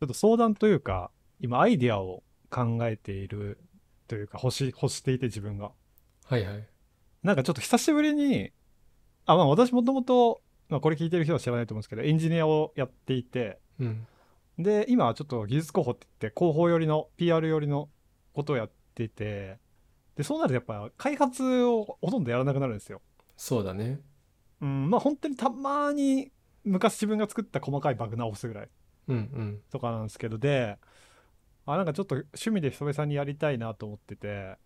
ちょっと相談というか、今アイディアを考えているというか、欲し、欲していて自分が。はいはい。なんかちょっと久しぶりに、あ、まあ私もともと、まあこれ聞いてる人は知らないと思うんですけど、エンジニアをやっていて、うん。で、今はちょっと技術候補って言って、広報寄りの、PR 寄りのことをやっていて、で、そうなるとやっぱ開発をほとんどやらなくなるんですよ。そうだね。うん、まあ本当にたまに昔自分が作った細かいバグ直すぐらい。うんうん。とかなんですけどであなんかちょっと趣味で久々にやりたいなと思ってて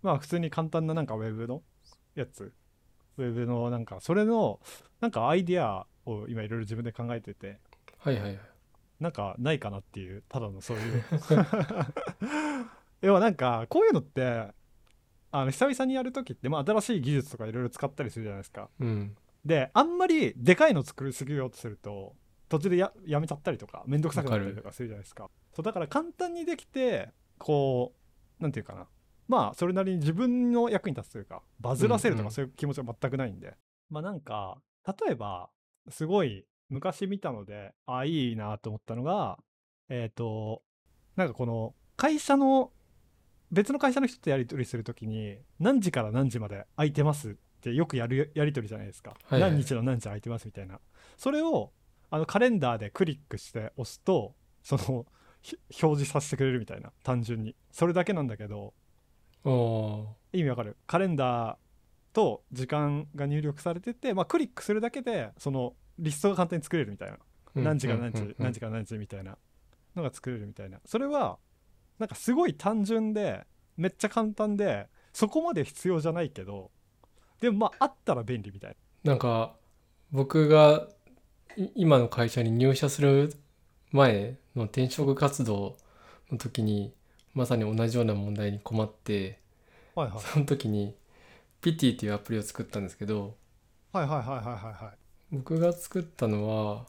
まあ普通に簡単ななんかウェブのやつウェブのなんかそれのなんかアイディアを今いろいろ自分で考えててはいはいはい。なんかないかなっていうただのそういう 要はなんかこういうのってあの久々にやる時って、まあ、新しい技術とかいろいろ使ったりするじゃないですかうん。であんまりでかいの作りすぎようとすると途中でややめちゃったりとかめんどくさくなったりとかするじゃないですかそうだから簡単にできてこうなんていうかなまあそれなりに自分の役に立つというかバズらせるとうんうかんそういう気持ちは全くないんで、まあなんか例えばすごい昔見たのであいいなと思ったのがえっ、となんかこの会社の別の会社の人とやり取りするときに何時から何時まで空いてますってよくやるやり取りじゃないですか、はいはい何日の何時空いてますみたいなそれをあのカレンダーでクリックして押すとそのひ表示させてくれるみたいな単純にそれだけなんだけどおお意味わかるカレンダーと時間が入力されてて、まあ、クリックするだけでそのリストが簡単に作れるみたいなー。何時から何時、うんうんうん何時から何時みたいなのが作れるみたいなそれはなんかすごい単純でめっちゃ簡単でそこまで必要じゃないけどでもまああったら便利みたいななんか僕がい今の会社に入社する前の転職活動の時にまさに同じような問題に困ってはいはいその時に PT っていうアプリを作ったんですけどはいはいはいはいはいはい僕が作ったのは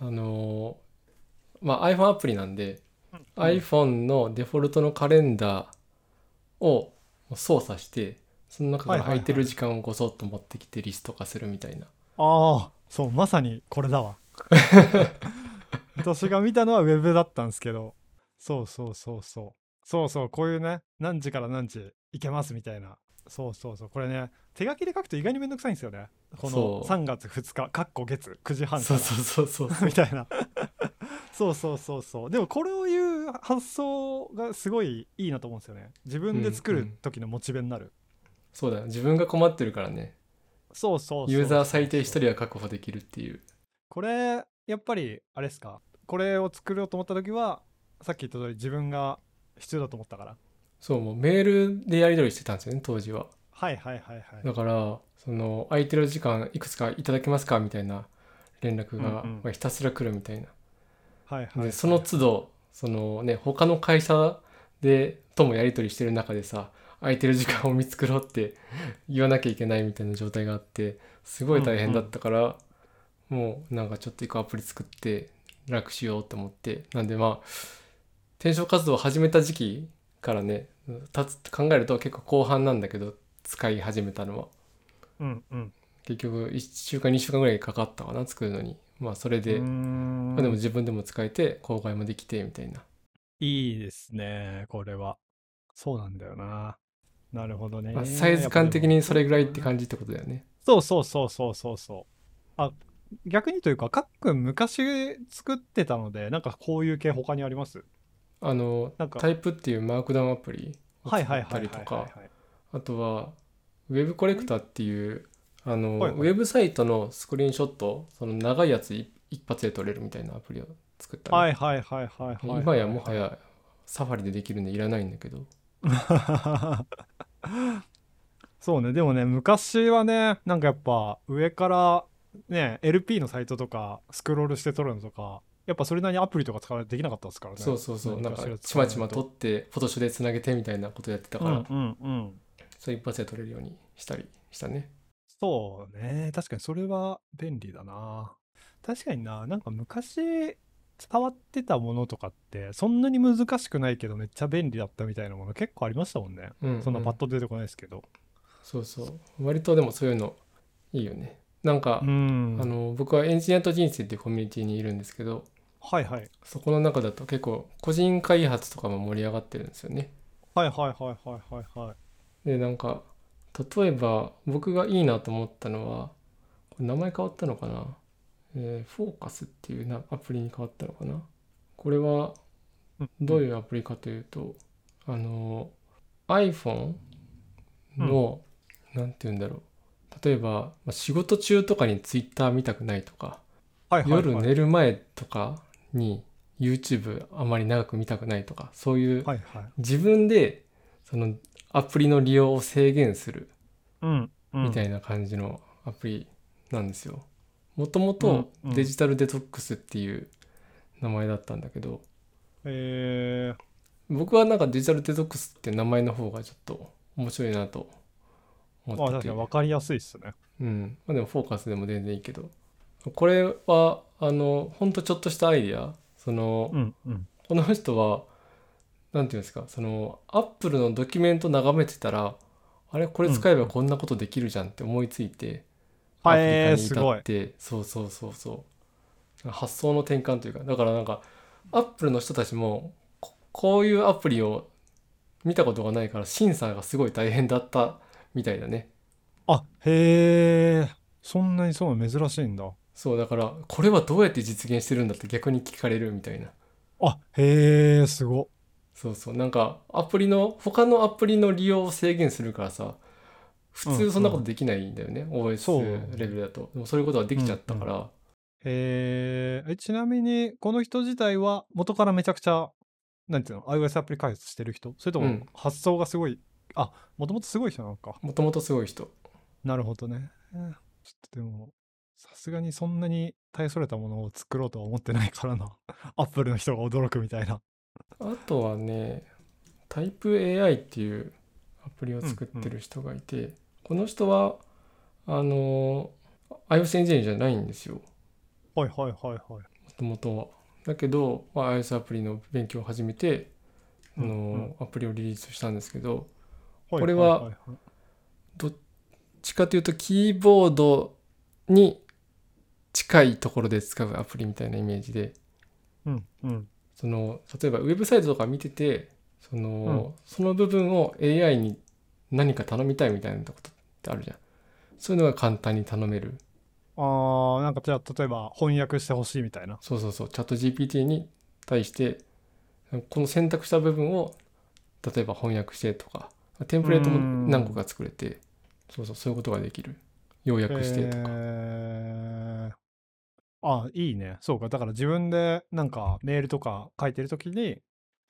あのまあ iPhone アプリなんで、うん iPhone のデフォルトのカレンダーを操作してその中から空いてる時間をごそっと持ってきてリスト化するみたいな。ああそうまさにこれだわ 私が見たのはウェブだったんですけどそうそうそうそうそうそうこういうね何時から何時行けますみたいなそうそうそうこれね手書きで書くと意外にめんどくさいんですよねこそのう3月2日かっこ月9時半かそうらそうそうそう。みたいなそうそうそうそうでもこれを言う発想がすごいいいなと思うんですよね自分で作うんうるん時のモチベになる、そうだよ自分が困ってるからねそうそうそうユーザー最低1人は確保できるっていうこれやっぱりあれですかこれを作ろうと思った時はさっき言った通り自分が必要だと思ったからそうもうメールでやり取りしてたんですよね当時ははいはいはいはいだからその空いてる時間いくつかいただけますかみたいな連絡がうんうんまあひたすら来るみたいな、はいはいはいでその都度そのね他の会社でともやり取りしてる中でさ空いてる時間を見繕って言わなきゃいけないみたいな状態があってすごい大変だったから、もうなんかちょっと一個アプリ作って楽しようと思ってなんでまあ転職活動を始めた時期からねたつ考えると結構後半なんだけど使い始めたのはうんうん結局1週間2週間ぐらいかかったかな作るのにまあそれで、うーまんあでも自分でも使えて公開もできてみたいないいですねこれはそうなんだよななるほどねまあ、サイズ感的やっにそれぐらいって感じってことだよね。ぱでもそうそうそうそうそうそうあ逆にというかかっくん昔作ってたのでなんかこういう系他にありますあのなんかタイプっていうマークダウンアプリをはい作はいっはたいりはといはかいはいあとはウェブコレクターっていうあの、はいはいウェブサイトのスクリーンショットその長いやつ一一発で撮れるみたいなアプリを作ったはね、いはいはいはいはいはい今やもはやサファリでできるんでいらないんだけどそうねでもね昔はねなんかやっぱ上からね LP のサイトとかスクロールして撮るのとかやっぱそれなりにアプリとか使われてできなかったですからねそうそうそうなん何かしらち使わまないちま撮ってフォトショーでつなげてみたいなことやってたうかんら、うんうんそれ一発で撮れるようにしたりしたね。そうね確かにそれは便利だな確かにななんか昔触ってたものとかってそんなに難しくないけどめっちゃ便利だったみたいなもの結構ありましたもんねううそんなパッと出てこないですけどそうそう割とでもそういうのいいよねなんかう、んあの僕はエンジニアと人生っていうコミュニティにいるんですけどはいはいそこの中だと結構個人開発とかも盛り上がってるんですよね。はいはいはいはいはいはいでなんか例えば僕がいいなと思ったのはこれ名前変わったのかな、えーフォーカスっていうなアプリに変わったのかなこれはうんどういうアプリかというと、あの iPhone の何、て言うんだろう例えばまあ仕事中とかに Twitter 見たくないとか、はいはいはい夜寝る前とかに YouTube あまり長く見たくないとかそういうはいはい自分でそのアプリの利用を制限するうんうんみたいな感じのアプリなんですよ。もともとうんうんデジタルデトックスっていう名前だったんだけどえ僕はなんかデジタルデトックスって名前の方がちょっと面白いなとー、思まあって確てかに分かりやすいっすねうんまあ、でもフォーカスでも全然いいけどこれはあのほんとちょっとしたアイディアその、うんうんこの人はなんていうんですかそのアップルのドキュメント眺めてたらあれこれ使えばこんなことできるじゃんって思いついて、アはプリ化えー、にす至ごっいてそうそうそうそう発想の転換というかだからなんかアップルの人たちもここういうアプリを見たことがないから審査がすごい大変だったみたいだねあへえそんなにそうなの珍しいんだそうだからこれはどうやって実現してるんだって逆に聞かれるみたいなあへえすごっそうそうなんかアプリの他のアプリの利用を制限するからさ普うんうん通そんなことできないんだよね、そう OS レベルだとでもそういうことはできちゃったから、えーえちなみにこの人自体は元からめちゃくちゃなんていうの iOS アプリ開発してる人それとうもん発想がすごい、あもともとすごい人なのかもともとすごい人なるほどね、えーちょっとでもさすがにそんなに大それたものを作ろうとは思ってないからなアップルの人が驚くみたいなあとはねタイプ AI っていうアプリを作ってる人がいて、この人はあの iOS エンジニアじゃないんですよもはいはいはいはいともとはだけど、まあ、iOS アプリの勉強を始めて、あのうんうんアプリをリリースしたんですけどこれはいいどっちかというとキーボードに近いところで使うアプリみたいなイメージでうんうんその例えばウェブサイトとか見ててその,、その部分を AI に何か頼みたいみたいなことってあるじゃんそういうのが簡単に頼めるあーなんかじゃあ例えば翻訳してほしいみたいなそうそうそうチャット GPT に対してこの選択した部分を例えば翻訳してとかテンプレートも何個か作れてそうそうそういうことができる要約してとか、えーあいいねそうかだから自分でなんかメールとか書いてる時に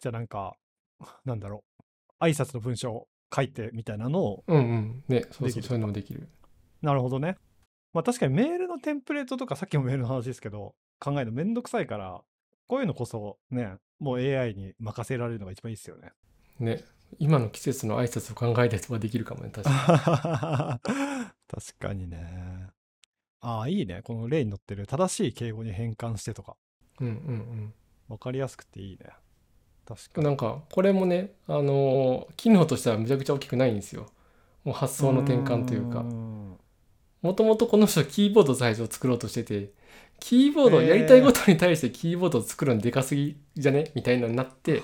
じゃあなんかなんだろう挨拶の文章を書いてみたいなのをうんうんねそうできそるうそういうのもできるなるほどねまあ確かにメールのテンプレートとかさっきもメールの話ですけど考えるのめんどくさいからこういうのこそねもう AI に任せられるのが一番いいですよねね今の季節の挨拶を考えたりとかできるかもね確かに確かにねああいいねこの例に載ってる正しい敬語に変換してとかうんうんわかりやすくていいね。確うかんに。なんかこれもねあのー機能としてはむちゃくちゃ大きくないんですよもう発想の転換というかんもともとこの人キーボード最初作ろうとしててキーボードやりたいことに対してキーボードを作るのでかすぎじゃねみたいなのになって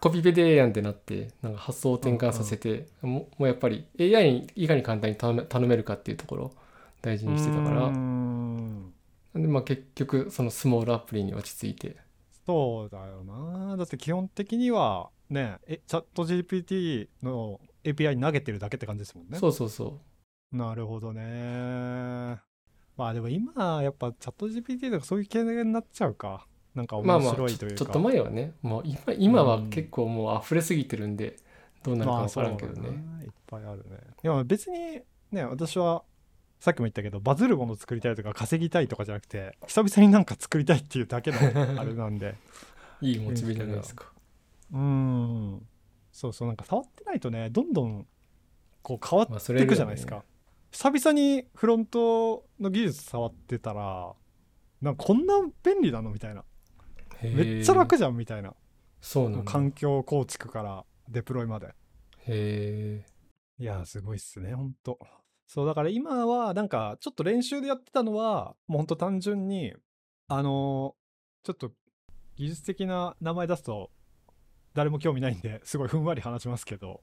コピペでええやんってなってなんか発想を転換させて、ももうやっぱり AI にいかに簡単に頼め頼めるかっていうところを大事にしてたからうーんで、まあ、結局そのスモールアプリに落ち着いてそうだよな。だって基本的にはね、えチャット GPT の API に投げてるだけって感じですもんね。そうそうそうなるほどね。まあでも今やっぱチャット GPT とかそういう系になっちゃうか。なんかまあ面まあ白いちとょいうちか。ょっと前はねもう今今はうん結構もう溢れすぎてるんでどうなるかまあ分そかうらだんなけどね,、いっぱいあるね。いや別にね、私はさっきも言ったけど、バズるもの作りたいとか稼ぎたいとかじゃなくて、久々になんか作りたいっていうだけのあれなん で。いいモチベじゃないですかうーん。そうそう、なんか触ってないとね、どんどんこう変わまあっそてれいよりはくねじゃないですか。久々にフロントの技術触ってたら、なんかこんな便利なのみたいな。へーめっちゃ楽じゃんみたいな。そうなんだへ環境構築からデプロイまで。えいやー、すごいっすね、ほんと。そう、だから今は、なんか、ちょっと練習でやってたのは、もうほんと単純に、あのちょっと技術的な名前出すと誰も興味ないんですごいふんわり話しますけど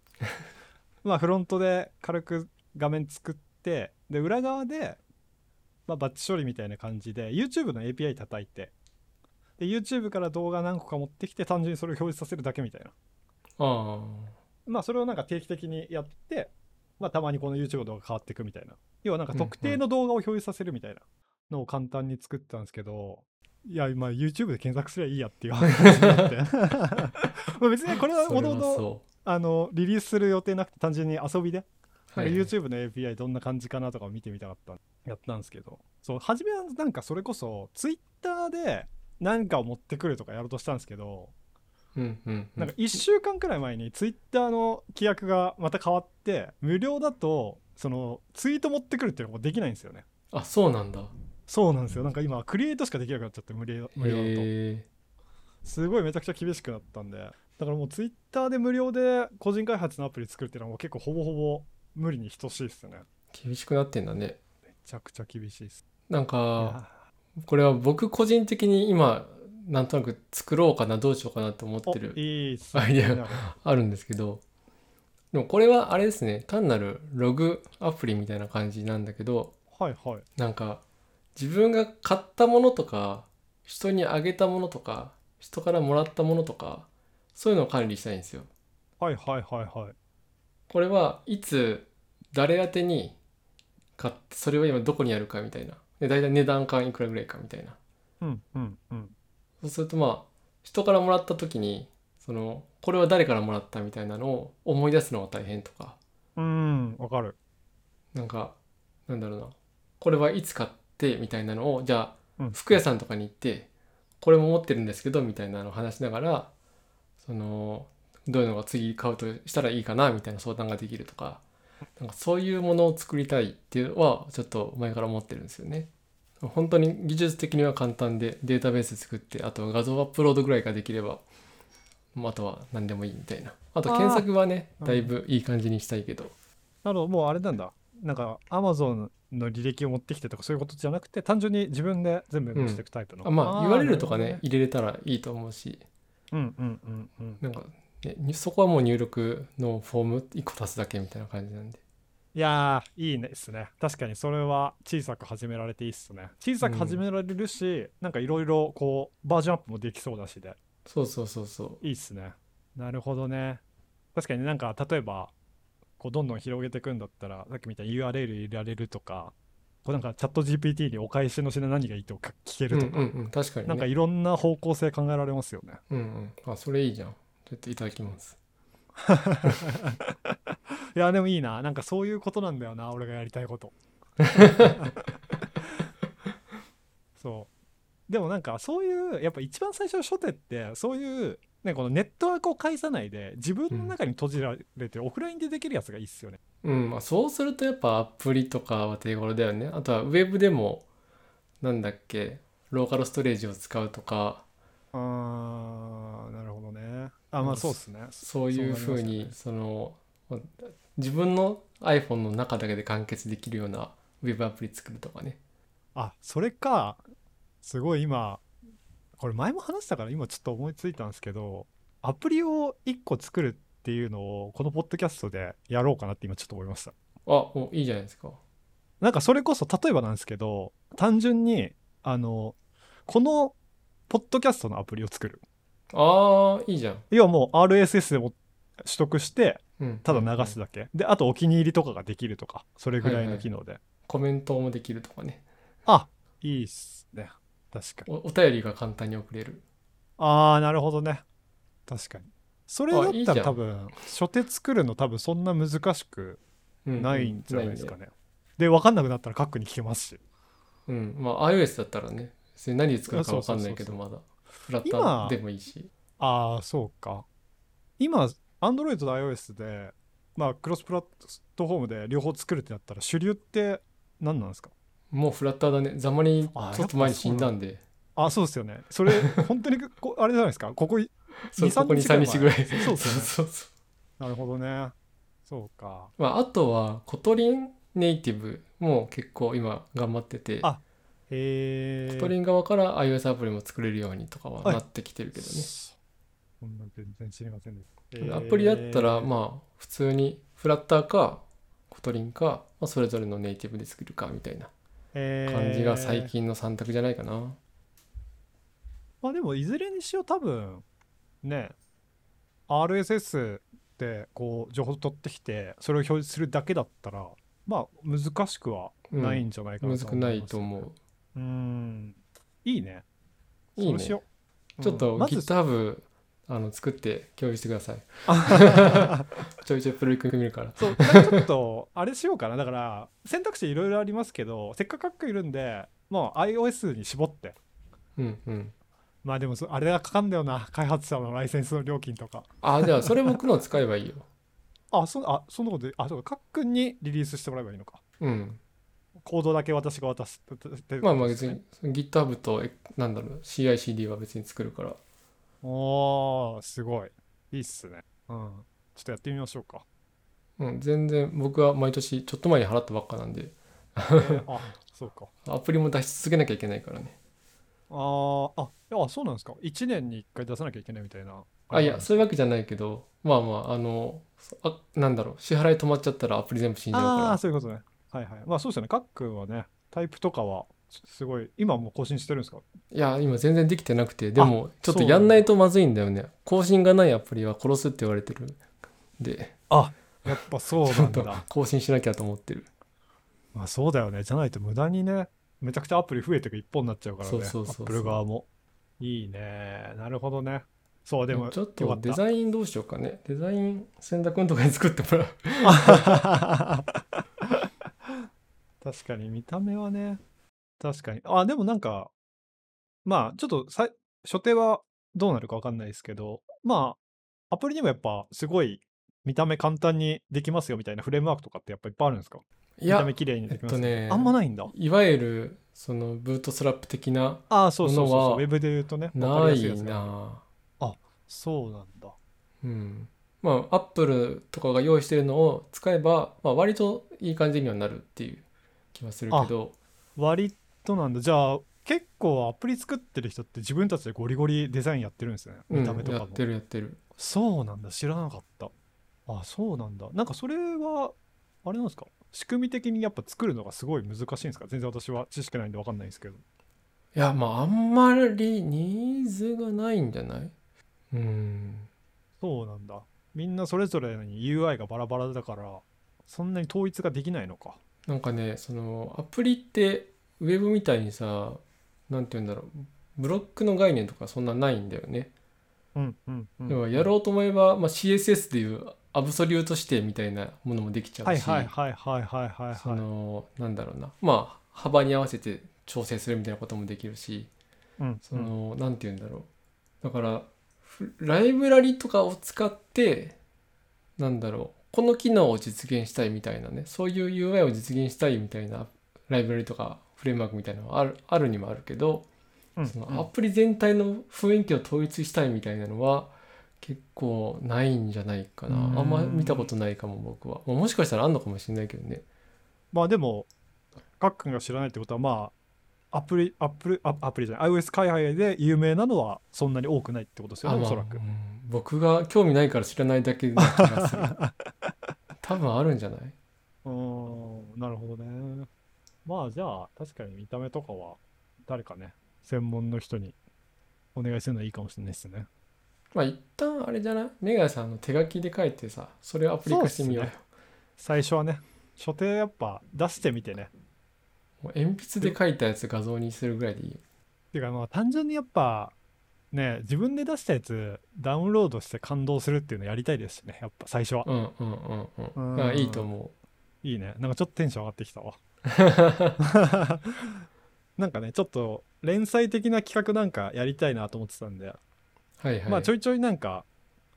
まあフロントで軽く画面作ってで裏側で、まあ、バッチ処理みたいな感じで YouTube の API 叩いてで YouTube から動画何個か持ってきて単純にそれを表示させるだけみたいなあまあそれをなんか定期的にやって、まあ、たまにこの YouTube の動画変わっていくみたいな要はなんか特定の動画を表示させるみたいなのを簡単に作ってたんですけど、いや今 YouTube で検索すればいいやっていう話に なってまあ別にこれあはそれもとはもとそあのリリースする予定なくて単純に遊びで、う、はいはい、 YouTube の API どんな感じかなとかを見てみたかったやったんですけどそう初めはなんかそれこそ Twitter で何かを持ってくるとかやろうとしたんですけどうんうんうなんか1週間くらい前にツイッターの規約がまた変わって無料だとそのツイート持ってくるっていうのもできないんですよねあそうなんだへそうなんですよなんか今クリエイトしかできなくなっちゃって無料無料だとえすごいめちゃくちゃ厳しくなったんでだからもうツイッターで無料で個人開発のアプリ作るっていうのはもう結構ほぼほぼ無理に等しいですよね厳しくなってんだねめちゃくちゃ厳しいですなんかいやこれは僕個人的に今なんとなく作ろうかなどうしようかなって思っおてるいいっすアイデアなんがかあるんですけどでもこれはあれですね単なるログアプリみたいな感じなんだけどはいはいなんか自分が買ったものとか人にあげたものとか人からもらったものとかそういうのを管理したいんですよ。はいはいはいはいこれはいつ誰宛てに買ってそれを今どこにあるかみたいなで大体値段感いくらぐらいかみたいなうんうんうんそうするとまあ人からもらった時にそのこれは誰からもらったみたいなのを思い出すのが大変とかうんわかるなんかなんだろうなこれはいつ買ってみたいなのをじゃうあん服屋さんとかに行ってこれも持ってるんですけどみたいなのを話しながらそのどういうのが次買うとしたらいいかなみたいな相談ができるとかなんかそういうものを作りたいっていうのはちょっと前から思ってるんですよね。本当に技術的には簡単でデータベース作ってあと画像アップロードぐらいができればまああとは何でもいいみたいなあとあー検索はねうんだいぶいい感じにしたいけどなるほど、もうあれなんだ。なんか、アマゾンの履歴を持ってきてとか、そういうことじゃなくて、単純に自分で全部載していくタイプの。あまあ言われるとかなるねほ入れれたらいいと思うしどね。うんうんうんうん。なんか、ね、にそこはもう入力のフォーム1個足すだけみたいな感じなんでいやー、いいねっすね。確かに、それは小さく始められていいっすね。小さく始められるし、なんかいろいろ、こう、バージョンアップもできそうだしで、そうそうそうそいいっすね。なるほどね。確かになんか、例えば、こう、どんどん広げていくんだったら、さっきみたいに URL 入れられるとか、こうなんか、チャット GPT にお返しの品何がいいとか聞けううるんうとんか。うん確かになんかねいろんな方向性考えられますよね。うんうんあそれいいじゃんちょっといただきますいやでもいいな。なんかそういうことなんだよな、俺がやりたい こと。そう。でもなんかそういうやっぱ一番最初の初手ってそういう、ね、このネットワークを介さないで自分の中に閉じられてオフラインでできるやつがいいっすよね。うんまあそうするとやっぱアプリとかは手頃だよねあとはウェブでもなんだっけローカルストレージを使うとかあーなるほどね。あまうあんそうっすね。そういうふうにそのまあ自分の iPhone の中だけで完結できるようなウェブアプリ作るとかねあそれかすごい今これ前も話したから今ちょっと思いついたんですけどアプリを1個作るっていうのをこのポッドキャストでやろうかなって今ちょっと思いましたあもういいじゃないですかなんかそれこそ例えばなんですけど単純にあのこのポッドキャストのアプリを作るああいいじゃん、要はもう RSS でも取得してうん、ただ流すだけであとお気に入りとかができるとかそれぐらいはいのはい機能で、コメントもできるとかねあいいっすね確かにおお便りが簡単に送れるああなるほどね確かにそれだあいいっじたゃんら多分初手作るの多分そんな難しくうんないんじゃないですかね、ね、で分かんなくなったら各に聞けますしうんまあ iOS だったらね別に何で使うか分かんないけそどうまだフラッタ今ーでもいいしああそうか今 Android と iOS でまあクロスプラットフォームで両方作るってなったら主流って何なんですかもうフラッターだねざまにあちょっと前に死んだんであそうですよねそれ本当にこあれじゃないですかここい そう2-3ここに3日ぐらい前そうですよねそう そうなるほどねそうかまあ、あとはコトリンネイティブも結構今頑張っててあへえコトリン側から iOS アプリも作れるようにとかははいなってきてるけどね、そんな全然知りませんでしたアプリだったらあまあ普通にフラッターかコトリンか、まあ、それぞれのネイティブで作るかみたいな感じが最近の3択じゃないかな、まあでもいずれにしろ多分ね RSS でこう情報取ってきてそれを表示するだけだったらまあ難しくはうんないんじゃないかなむずくないとう思うんいいねういいそうねしちょよっうとうんまず GitHub あの作って共有してく ださいちょいちょいプロリク見るからそうなんかちょっとあれしようかなだから選択肢いろいろありますけどせっかく各いるんでもう iOS に絞ってうんうんまあでもそあれがかかんだよな開発者のライセンスの料金とかあじゃあそれ僕の使えばいいよあそあそんなことであそうかかっくんにリリースしてもらえばいいのかうんコードだけ私が渡すってってまあまあ別に GitHub とえなんだろう CICD は別に作るからおーすごいいいっすねうんちょっとやってみましょう か、うん、全然僕は毎年ちょっと前に払ったばっかなんでえーあそうかアプリも出し続けなきゃいけないからねあーあいやそうなんですか1年に1回出さなきゃいけないみたいなあいやそういうわけじゃないけどまあまああのあなんだろう支払い止まっちゃったらアプリ全部死んじゃうああーかそういうことねはいはいまあそうですよねかっくんはねタイプとかはすすごい今もう更新してるんですからいや今全然できてなくてでもちょっとそうなやんだんないとまずいんだよね更新がないアプリは殺すって言われてるんでやっぱそう ちなょっんとだ更新しなきゃと思ってるまあそうだよねじゃないと無駄にねめちゃくちゃアプリ増えていく一本になっちゃうからねそうそうそうそアッうプル側もいいねなるほどねそうでもちょっよかとったデザインどうしようかねデザイン選択のとかに作ってもらう 確かに見た目はね確かにあでもなんかまあちょっとさ初手はどうなるかわかんないですけどまあアプリにもやっぱすごい見た目簡単にできますよみたいなフレームワークとかってやっぱいっぱいあるんですかい見たや目綺麗にできますえっとねあんまないんだいわゆるそのブートストラップ的なああそうそうそうものそはうウェブで言うとねわかりなやすやいつながあそうなんだうん、まあアップルとかが用意してるのを使えば、まあ、割といい感じにはなるっていう気はするけど割となんだじゃあ結構アプリ作ってる人って自分たちでゴリゴリデザインやってるんですねうん見た目とかやも、ってるやってるそうなんだ知らなかったあそうなんだなんかそれはあれなんですか仕組み的にやっぱ作るのがすごい難しいんですか全然私は知識ないんで分かんないんですけどいやまああんまりニーズがないんじゃないうんそうなんだみんなそれぞれに UI がバラバラだからそんなに統一ができないのかなんかねそのアプリってウェブみたいにさなんて言うんだろうブロックの概念とかそんなないんだよね。うんうん、うん、でもやろうと思えば、まあ、CSS でいうアブソリュート指定みたいなものもできちゃはういし、はいはいはいはいはいそはいのなんだろうなまあ幅に合わせて調整するみたいなこともできるしうんその、なんて言うんだろうだからふライブラリとかを使ってなんだろうこの機能を実現したいみたいなねそういう UI を実現したいみたいなライブラリとかフレームワークみたいなのはあるあるにもあるけどうんそうんのアプリ全体の雰囲気を統一したいみたいなのは結構ないんじゃないかなうんあんま見たことないかも僕は、まあもしかしたらあんのかもしれないけどねまあでも、かっくんが知らないってことは、まあ、アプリ、アプリ、アアプリじゃない、iOS 界隈で有名なのはそんなに多くないってことですよあね、まおあそらくうん。僕が興味ないから知らないだけな気 がする多分あるんじゃないうーん、なるほどね。まあじゃあ、確かに見た目とかは、誰かね、専門の人にお願いするのはいいかもしれないですね。まあ一旦あれじゃないメガヤさんの手書きで書いてさそれをアプリ化してみようよそう最初はね、初手やっぱ出してみてね。もう鉛筆で書いたやつ画像にするぐらいでいいよっていうかまあ単純にやっぱ、ね、自分で出したやつダウンロードして感動するっていうのやりたいですしね、やっぱ最初は。うんうんうんうんうんだからいいと思いいね。なんかちょっとテンション上がってき たわ。なんかね、ちょっと連載的な企画なんかやりたいなと思ってたんで、うはいはい、まあちょいちょいなんか、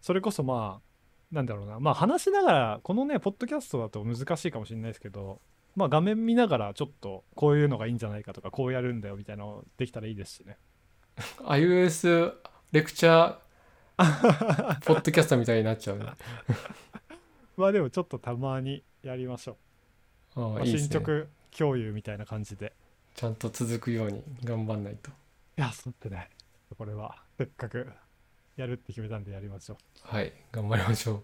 それこそまあ、なんだろうな、まあ話しながら、このね、ポッドキャストだと難しいかもしれないですけど、まあ画面見ながらちょっとこういうのがいいんじゃないかとか、こうやるんだよみたいなのできたらいいですしね。 iOS レクチャ ーポッドキャスターみたいになっちゃうねまあでもちょっとたまにやりましょう。あまああいいです進ね捗共有みたいな感じで。ちゃんと続くように頑張んないといや、そうってね。これは、せっかくやるって決めたんでやりましょう。はい頑張りましょう